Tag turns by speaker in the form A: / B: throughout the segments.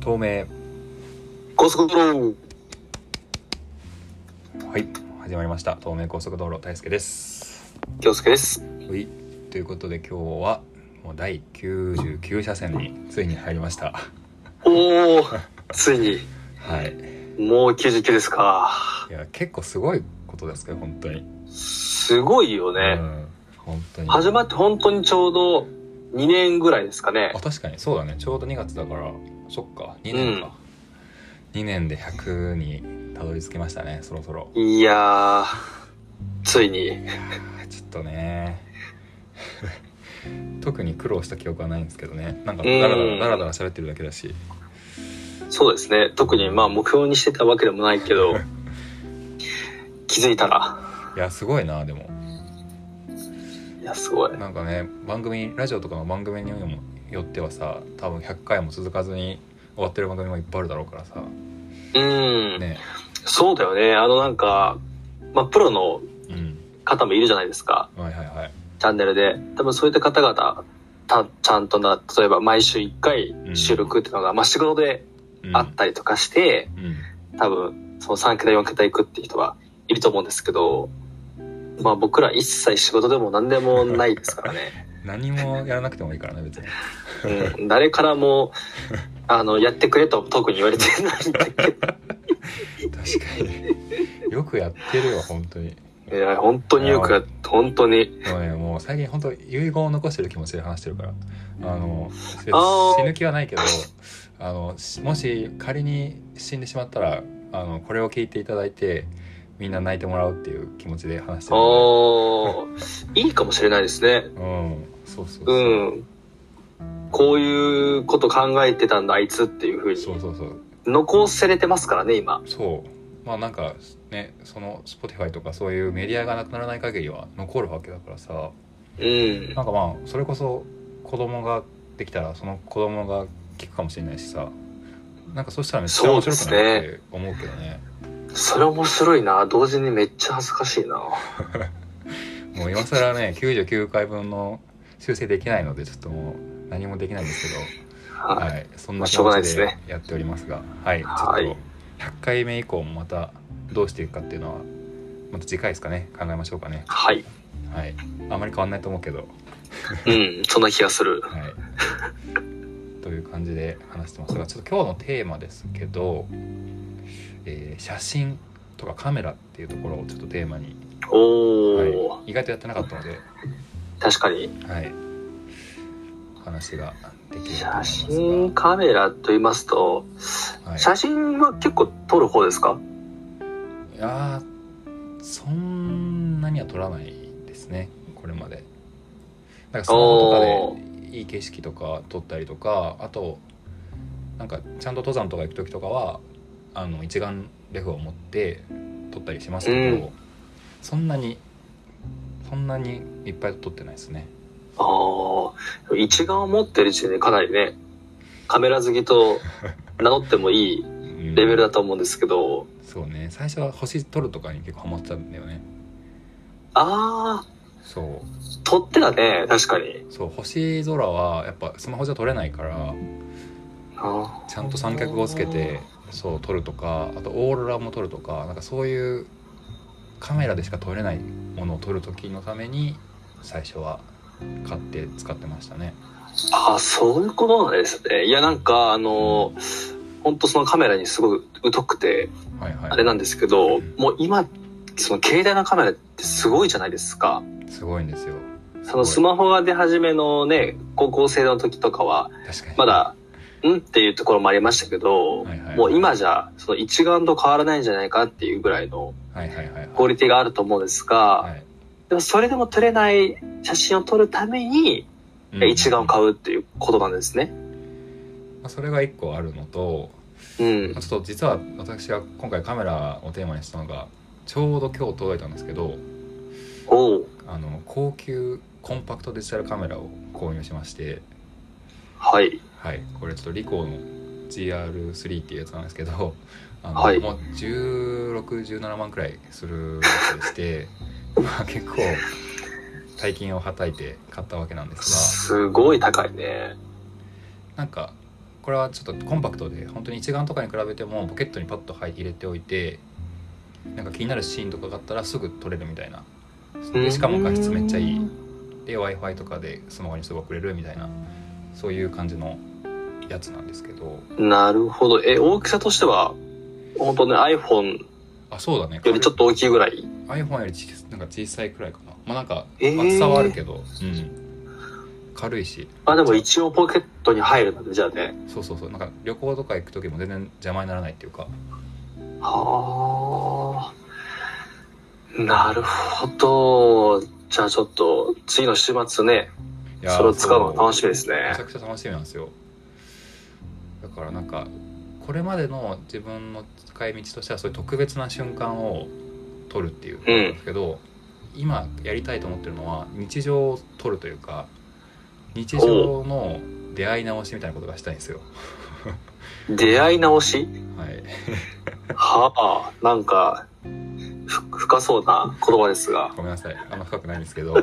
A: 透明
B: 高速道路
A: はい始まりました透明高速道路大輔です
B: 京介です
A: ういということで今日はもう第99車線についに入りました
B: おおついに
A: はい
B: もう99ですか
A: いや結構すごいことですけど本当に、
B: すごいよ
A: う
B: ね、
A: ん、本当に
B: 始まって本当にちょうど2年ぐらいですかね
A: あ確かにそうだねちょうど2月だからそっか2年か、2年で100にたどり着きましたねそろそろ
B: いやーついに
A: ちょっとね 特に苦労した記憶はないんですけどねなんか
B: うん
A: ダラダラダラダラ喋ってるだけだし
B: そうですね特にまあ目標にしてたわけでもないけ ど気づいたら
A: いやすごいなでも
B: いやすごい
A: なんかね番組ラジオとかの番組にもよってはさ多分100回も続かずに終わってる番組もいっぱいあるだろうからさ
B: うん、
A: ね
B: そうだよねあのなんかまあプロの
A: うん
B: 方もいるじゃないですか
A: はいはいはい
B: チャンネルで多分そういった方々たちゃんとな例えば毎週1回収録っていうのが、まあ、仕事で
A: うん
B: あったりとかして、
A: うん
B: 多分その3桁4桁いくっていう人はいると思うんですけど、まあ、僕ら一切仕事でも何でもないですから ね、
A: 何もやらなくてもいいからね別に
B: うん、誰からもあのやってくれと特に言われてないんだけど
A: 確かによくやってるよ本当に
B: いや本当によくやっ本当に
A: でもねもう最近本当遺言を残してる気持ちで話してるからあの別に
B: あー
A: 死ぬ気はないけどあのしもし仮に死んでしまったらあのこれを聞いていただいてみんな泣いてもらうっていう気持ちで話してるんで
B: おーいいかもしれないですね
A: うんそうそうそうう、
B: んこういうこと考えてたんだあいつっていうふうに
A: そうそうそう
B: 残せれてますからね今
A: そうまあなんかねその Spotify とかそういうメディアがなくならない限りは残るわけだからさ
B: うん
A: なんかまあそれこそ子供ができたらその子供が聞くかもしれないしさなんかそしたらめっちゃ面白くないって思うけどね
B: それ面白いな同時にめっちゃ恥ずかしいな
A: もう今更ね99回分の修正できないのでちょっともう何もできないんですけど、
B: は
A: はい、そんな
B: まあし
A: 気
B: ょうがな
A: 持
B: いで
A: ち
B: す
A: で
B: ね
A: やっておりますがはいちょっと
B: はい
A: 100回目以降もまたどうしていくかっていうのはまた次回ですかね考えましょうかね
B: はい
A: はいあまり変わんないと思うけ ど
B: うんそんな気がする
A: はい、という感じで話してますがちょっと今日のテーマですけど、えー写真とかカメラっていうところをちょっとテーマに、
B: お
A: はい
B: お、
A: 意外とやってなかったので、
B: 確かに
A: はい、話ができると思い
B: 写
A: ます
B: 真カメラと言いますと、
A: が、はい、
B: 写真は結構撮る方ですか
A: いやーそんなには撮らないですねこれまでなんかスマホと
B: お
A: かでいい景色とか撮ったりとかあとなんかちゃんと登山とか行く時とかはあの一眼レフを持って撮ったりしますけど、
B: うん
A: そんなにそんなにいっぱい撮ってないですね
B: ああ一眼を持ってる時点でかなりねカメラ好きと名乗ってもいい
A: レ
B: レベルだと思うんですけど、
A: そうね最初は星撮るとかに結構ハマってたんだよね
B: ああ
A: そう
B: 撮ってたね確かに
A: そう星空はやっぱスマホじゃ撮れないから
B: あ
A: ちゃんと三脚をつけてそう撮るとかあとオーロラも撮るとかなんかそういうカメラでしか撮れないものを撮る時のために最初は買って使ってましたね
B: あそういうことなんですねいやなんかあの本当そのカメラにすごく疎くて
A: はいはい
B: あれなんですけど
A: うん
B: もう今その携帯のカメラってすごいじゃないですか
A: すごいんですよ
B: そのスマホが出始めのね高校生の時とかは
A: 確かに
B: まだんっていうところもありましたけど
A: はいはい
B: もう今じゃその一眼と変わらないんじゃないかっていうぐらいの
A: はいはいはいはい
B: クオリティがあると思うんですが
A: はい
B: でもそれでも撮れない写真を撮るために
A: うん
B: 一眼を買うっていうことなんですね。
A: まあそれが一個あるのと
B: うん
A: まあ。ちょっと実は私が今回カメラをテーマにしたのがちょうど今日届いたんですけど
B: おう
A: あの高級コンパクトデジタルカメラを購入しまして
B: はい。
A: はい、これちょっとリコーの GR3 っていうやつなんですけどあの、
B: はい
A: もう1617万くらいするやつでして まあ結構大金をはたいて買ったわけなんです
B: すごい高いね。
A: がなんかこれはちょっとコンパクトで本当に一眼とかに比べてもポケットにパッと入入れておいてなんか気になるシーンとかがあったらすぐ撮れるみたいなでしかも画質めっちゃいいで w i f i とかでスマホにすぐ送れるみたいなそういう感じのやつなんですけど
B: なるほど。え、大きさとしては、本当ね、iPhone
A: あそうだね
B: よりちょっと大きいぐらい。
A: iPhone よりちなんか小さいくらいかなまあなんか
B: えー
A: 厚さはあるけど、うん、軽いし
B: まあでも一応ポケットに入るので、じゃあね。
A: そうそうそうなんか旅行とか行く時も全然邪魔にならないっていうか
B: はあ。なるほど。じゃあちょっと、次の週末ね、
A: い
B: それを使うのが楽しみ
A: で
B: です
A: め
B: ね
A: ちゃ。くちゃ楽しみなんですよだからなんかこれまでの自分の使い道としてはそういう特別な瞬間を撮るっていうことなんですけど、今やりたいと思ってるのは日常を撮るというか日常の出会い直しみたいなことがしたいんですよ
B: 出会い直し
A: はい
B: はあ、なんか、ふ深そうな言葉ですが。
A: ごめんなさいあんま深くないんですけど ま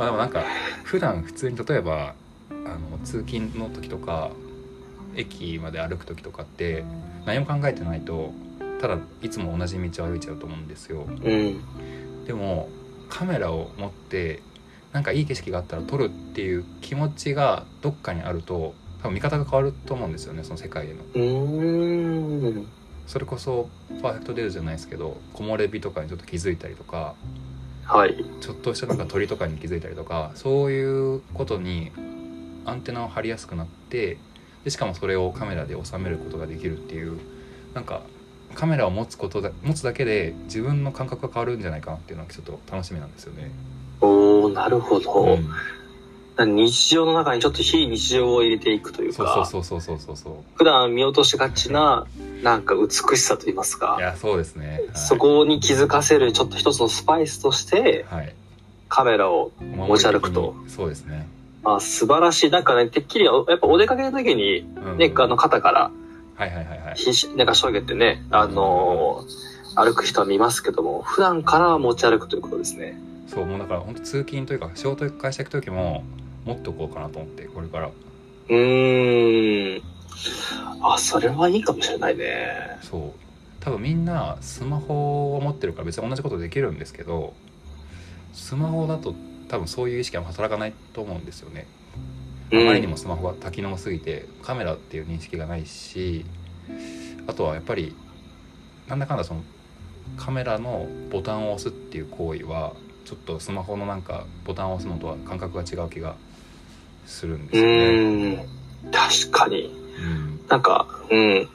A: あでもなんか普段普通に例えばあの通勤の時とか駅まで歩く時とかって何も考えてないとただいつも同じ道を歩いちゃうと思うんですよ
B: うん。
A: でもカメラを持ってなんかいい景色があったら撮るっていう気持ちがどっかにあると多分見方が変わると思うんですよねその世界への
B: うーん。
A: それこそパーフェクトデールじゃないですけど木漏れ日とかにちょっと気づいたりとか
B: はい。
A: ちょっとしたなんか鳥とかに気づいたりとかそういうことにアンテナを張りやすくなってでしかもそれをカメラで収めることができるっていうなんかカメラを持つことだ持つだけで自分の感覚が変わるんじゃないかなっていうのがちょっと楽しみなんですよね。
B: おおなるほど。
A: うん
B: 日常の中にちょっと非日常を入れていくという
A: そう
B: か
A: そうそうそうそうそうそ
B: 普段見落としがちななんか美しさといいます
A: うい
B: か
A: やそうですね。はい、
B: そこに気づかせるちょっと一つのスパイスとして
A: はい
B: カメラを、持ち歩くと
A: お守り的にそうですね。
B: まあ、素晴らしいなんかねてっきりおやっぱお出かけの時に、
A: うん
B: ね、あの肩から
A: はいはいはいはい。
B: ひしなんかしょげてねあのー歩く人は見ますけども普段から持ち歩くということですね
A: そうもうだから本当通勤というか仕事行く会社行く時も持っておこうかなと思ってこれから
B: うーんあそれはいいかもしれないね
A: そう多分みんなスマホを持ってるから別に同じことできるんですけどスマホだと多分そういう意識は働かないと思うんですよね、
B: うん
A: あまりにもスマホが多機能すぎてカメラっていう認識がないしあとはやっぱりなんだかんだそのカメラのボタンを押すっていう行為はちょっとスマホのなんかボタンを押すのとは感覚が違う気がするんで
B: う
A: すよね。
B: ーん確かに
A: うん
B: なんか、うん。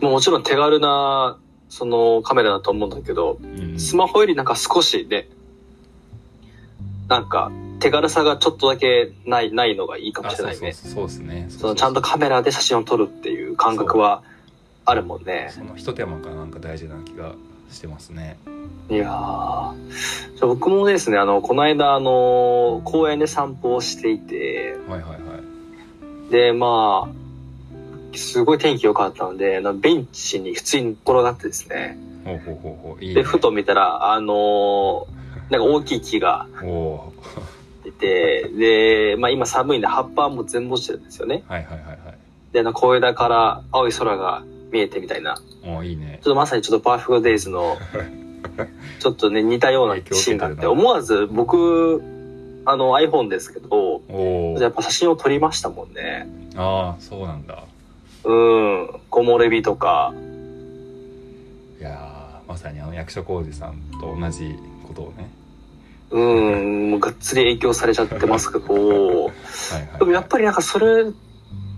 B: もうもちろん手軽な、そのカメラだと思うんだけど、
A: うん
B: スマホよりなんか少しね、なんか手軽さがちょっとだけない、ないのがいいかも
A: あ
B: しれ
A: そう
B: ない
A: そう
B: ね。
A: そうですね。
B: そのちゃんとカメラで写真を撮るっていう感覚はあるもんね。
A: その一手間がなんか大事な気がしてますね。
B: いやーじゃあ僕もですね、あの、この間、あの、公園で散歩をしていて、
A: はいはいはい。
B: で、まあ、すごい天気良かったので、あのベンチに普通に転がってですね、
A: ほうほうほうほう。いい、ね。
B: で、ふと見たら、あのーなんか大きい木が
A: おお
B: 出て、で、まあ今寒いんで葉っぱはもう全部落ちてるんですよね。
A: ー。はいはいはいはい。
B: で、あの小枝から青い空が見えてみたいな、ちょ
A: おおいいね
B: っ。とまさにちょっとパーフェクトデイズ の、ちょっとね、似たようなシーンがあって、思わず僕、あの iPhone ですけど、
A: おお。
B: やっぱ写真を撮りましたもんね。
A: ああそうなんだ。
B: うん、木漏れ日とか、
A: いやーまさにあの役所広司さんと同じことをね。
B: うん、もうがっつり影響されちゃってますけど、
A: はいはい、はい。
B: でもやっぱりなんかそれ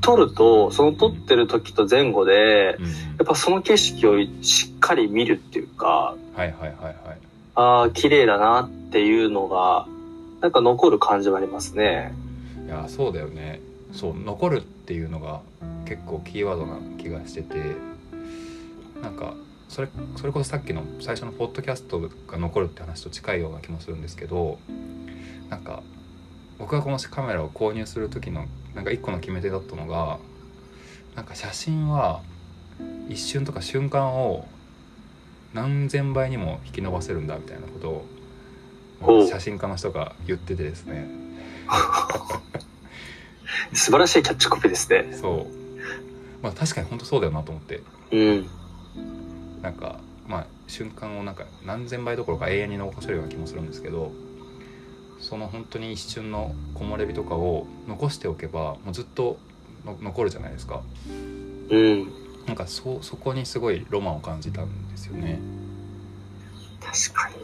B: 撮るとその撮ってる時と前後で
A: り。うん。
B: やっぱその景色をしっかり見るっていうか
A: はいはいはいはい。
B: ああ綺麗だなっていうのがなんか残る感じはありますね。
A: いやーそうだよねそう残るっていうのが結構キーワードな気がしててなんかそれそれこそさっきの最初のポッドキャストが残るって話と近いような気もするんですけどなんか僕がこのカメラを購入する時のなんか一個の決め手だったのがなんか写真は一瞬とか瞬間を何千倍にも引き伸ばせるんだみたいなこと
B: ほ
A: を
B: う
A: 写真家の人が言っててですね
B: 素晴らしいキャッチコピーですね。
A: そうまあ確かに本当そうだよなと思って
B: うん。
A: なんかまあ瞬間をなんか何千倍どころか永遠に残せるような気もするんですけどその本当に一瞬の木漏れ日とかを残しておけばもうずっとの残るじゃないですか
B: うん。
A: なんかそそこにすごいロマンを感じたんですよね
B: 確かに。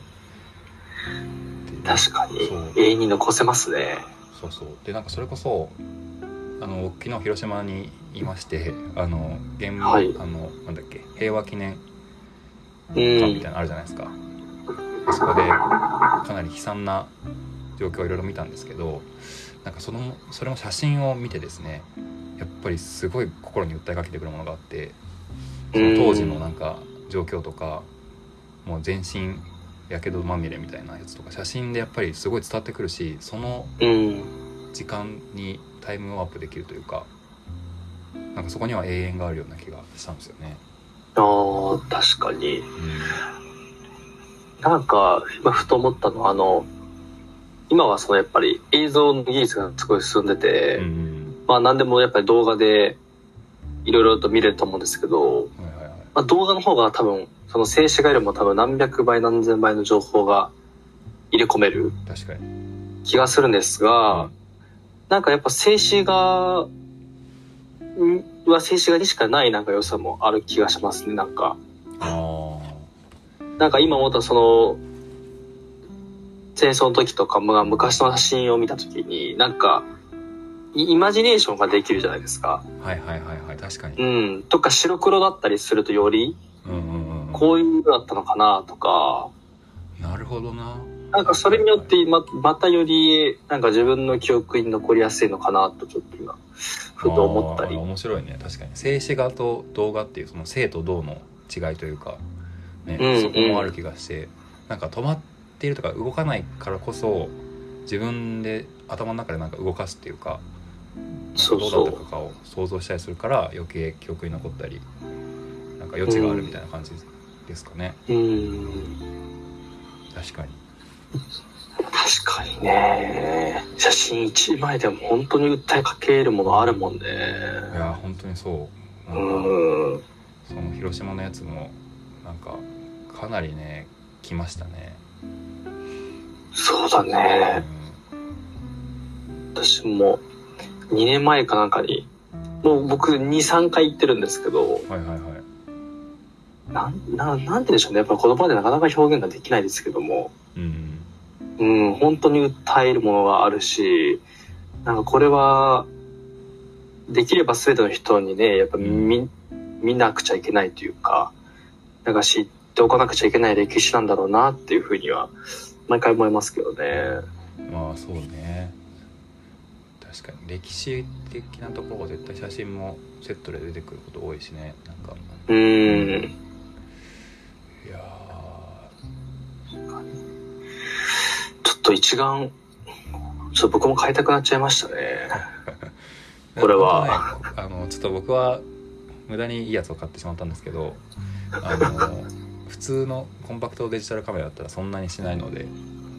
A: って
B: 確かに
A: そう。
B: 永遠に残せますね。
A: そうそうでなんかそれこそあの昨日広島にいましてあの原爆、
B: はい
A: あのなんだっけ平和記念
B: う
A: 館みた
B: ん
A: いな。のあるじゃないですか、そこでかなり悲惨な状況をいろいろ見たんですけどなんかそのそれも写真を見てですねやっぱりすごい心に訴えかけてくるものがあってその当時のなんか状況とかもう全身やけどまみれみたいなやつとか写真でやっぱりすごい伝わってくるしその
B: うん。
A: 時間にタイムワープできるというかなんかそこには永遠があるような気がしたんですよね。
B: ああ、確かに。
A: う
B: なんか、今ふと思ったのは、あの、今はそのやっぱり映像の技術がすごい進んでて、
A: んうん
B: まあ何でもやっぱり動画でいろいろと見れると思うんですけ
A: う
B: ど、
A: んはいはいはい
B: まあ、動画の方が多分、その静止画よりも多分何百倍何千倍の情報が入れ込める
A: 確かに
B: 気がするんですが、なんかやっぱ静止画んは静止画にしかないなんか良さもある気がしますね、なんか。
A: ああ
B: なんか今思ったその、戦争の時とか、まあ、昔の写真を見た時に、なんか、イイマジネーションができるじゃないですか。
A: はいはいはいはい確か
B: う
A: に。
B: ん。とか白黒だったりするとより、
A: うんうんうん。
B: こういうのだったのかなとか、
A: なるほどな。
B: なんかそれによってま、またより、なんか自分の記憶に残りやすいのかなとちょっと今、ふと思ったり
A: あー。面白いね確かに静止画と動画っていうその静と動の違いというか、ね
B: うんうん
A: そこもある気がしてなんか止まっているとか動かないからこそ自分で頭の中でなんか動かすっていうかなんか
B: そうそ
A: ど
B: う
A: うだったかを想像したりするから余計記憶に残ったりなんか余地があるみたいな感じですかね、
B: うん。
A: 確かに
B: 確かにね。写真一枚でも本当に訴えかけるものあるもんね。
A: いやー本当にそうなんか、
B: うん。
A: その広島のやつもなんかかなりね来ましたね、
B: そうだ
A: う
B: ね。
A: ん
B: 私も2年前かなんかに、もう僕2、3回行ってるんですけど、
A: はいはいはい
B: なん、なん、なんてでしょうね。やっぱ言葉でなかなか表現ができないですけども、
A: うん
B: うん、本当に訴えるものがあるし、なんかこれは、できれば全ての人にね、やっぱ見、見なくちゃいけないというか、なんか知っておかなくちゃいけない歴史なんだろうなっていうふうには、毎回思いますけどね。
A: まあそうね確かに歴史的なところは絶対写真もセットで出てくること多いしねなんか
B: うん。
A: いや
B: ちょっと一眼、ちょっと僕も買いたくなっちゃいましたね。
A: ー
B: これ
A: な
B: は
A: んかねあのちょっと僕は無駄にいいやつを買ってしまったんですけどあの普通のコンパクトデジタルカメラだったらそんなにしないので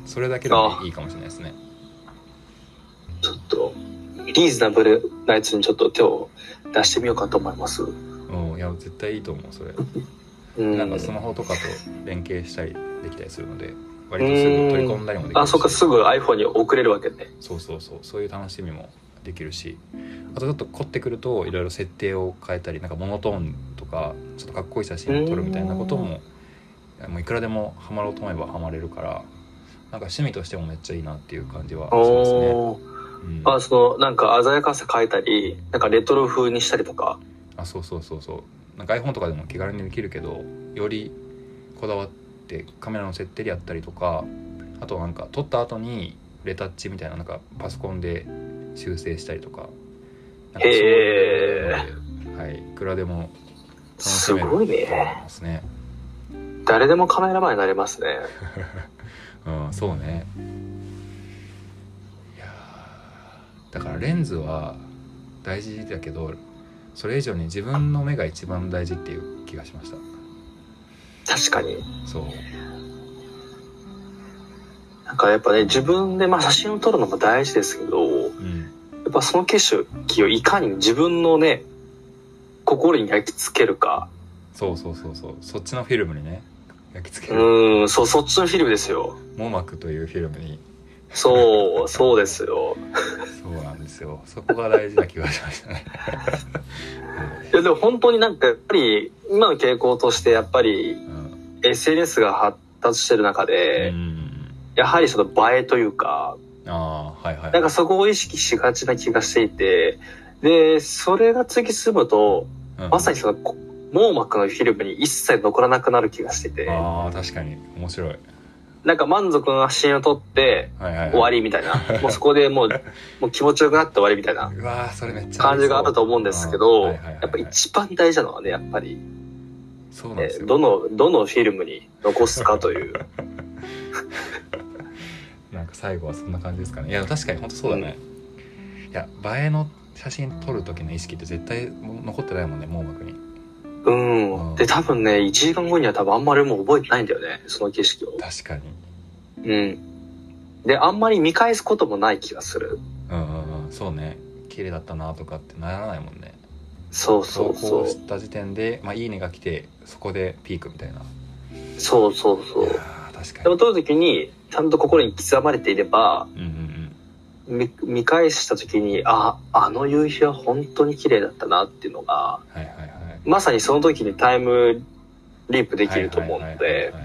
A: それだけでもいいかもしれないですね
B: ちょっと、リーズナブルなやつにちょっと手を出してみようかと思います。う
A: うんいや絶対いいと思うそれ
B: ん。
A: なんかスマホとかと連携したりできたりするので割とすぐ取り込んだりもできるし
B: あ、そっか、すぐ iPhone に送れるわけね。
A: そうそうそうそういう楽しみもできるしあとちょっと凝ってくるといろいろ設定を変えたりなんかモノトーンとかちょっとかっこいい写真を撮るみたいなことも,、もういくらでもハマろうと思えばハマれるからなんか趣味としてもめっちゃいいなっていう感じはしますね。
B: おー
A: うん、
B: あ、その、なんか鮮やかさ変えたり、なんかレトロ風にしたりとか。
A: あそうそうそうそうなんか iPhone とかでも気軽にできるけどよりこだわってカメラの設定でやったりとかあとなんか撮った後にレタッチみたいななんかパソコンで修正したりとかなんかそういうのではい、いくらでも楽し
B: す
A: めると
B: ご
A: 思
B: い
A: い
B: ね。
A: ますね。
B: 誰でもカメラマンになれますね。
A: うん、そうねいやーだからレンズは大事だけどそれ以上に自分の目が一番大事っていう気がしました。
B: 確かに。
A: そう
B: なんかやっぱね、自分で、まあ写真を撮るのも大事ですけど、やっ
A: うん、
B: っぱその景色をいかに自分のね心に焼き付けるか
A: そうそうそうそうそっちのフィルムにね焼き付け
B: う
A: る
B: ーんそうそっちのフィルムですよ
A: 網膜というフィルムに
B: そうそうですよ
A: そうなんですよそこが大事な気がしましたね
B: いやでも本当になんかやっぱり今の傾向としてやっぱり
A: うん
B: SNS が発達してる中で、
A: うん
B: やはりその映えというか
A: ああはいはい
B: なんかそこを意識しがちな気がしていてでそれが次進むと
A: うん
B: まさにそのこ網膜のフィルムに一切残らなくなる気がしてて
A: ああ確かに面白い
B: なんか満足の写真を撮って
A: はいはい、はい、
B: 終わりみたい なもうそこでもうもう気持ちよくなって終わりみたいな
A: うわーそれめっちゃ
B: 感じがあると思うんですけど
A: あーはい
B: や
A: はいはいはい
B: っぱ一番大事なのはねやっぱり、
A: そうなん
B: え
A: ですよ、
B: どのどのフィルムに残すか という
A: なんか最後はそんな感じですかねいや確かに本当そうだね、いや映えの写真撮る時の意識って絶対残ってないもんね網膜に
B: うんで多分ね1時間後には多分あんまりもう覚えてないんだよねその景色を
A: 確かに
B: うんであんまり見返すこともない気がする
A: うんうんうんそうね綺麗だったなとかってならないもんね
B: そうそ
A: 投
B: うそ
A: 稿
B: う
A: した時点で「まあ、いいね」が来てそこでピークみたいな
B: そうそう
A: い
B: そう
A: やー確
B: で
A: か
B: も
A: に
B: 撮る時にちゃんと心に刻まれていれば
A: うんうん
B: 見見返した時にああの夕日は本当に綺麗だったなっていうのが
A: うんはいはいはい
B: まさにその時にタイムリープできると思うので
A: はいはいはいは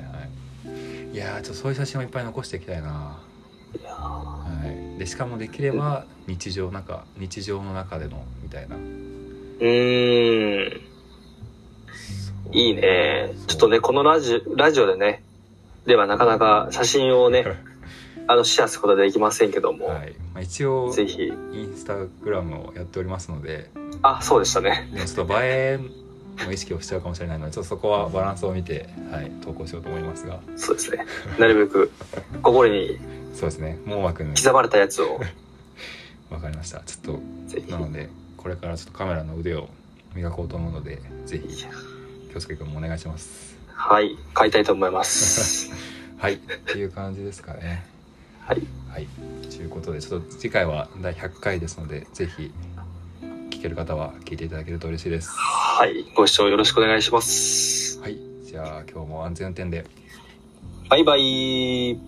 A: いいやーちょっとそういう写真をいっぱい残していきたいな、
B: いやー
A: はい、でしかもできれば日常なんか日常の中でのみたいな
B: うーん
A: そう
B: いいね
A: そう
B: ちょっとねこのラジラジオでねではなかなか写真をねあのシェアすることはできませんけども、
A: はいまあ、一応
B: ぜひ
A: インスタグラムをやっておりますので
B: あそうでしたね
A: でもちょっと映えの意識をしちゃうかもしれないのでちょっとそこはバランスを見て、はい、投稿しようと思いますが
B: そうですねなるべく心に
A: そうですね網膜に
B: 刻まれたやつ を
A: 分かりましたちょっ
B: ぜ
A: となのでこれからちょっとカメラの腕を磨こうと思うのでぜひ
B: ひいや
A: 京介君もお願いします
B: はい買いたいと思います
A: はいっていう感じですかね
B: はい
A: はいということでちょっと次回は第100回ですのでぜひ聞ける方は聞いていただけると嬉しいです
B: はいご視聴よろしくお願いします
A: はい、じゃあ今日も安全運転で。
B: バイバイ。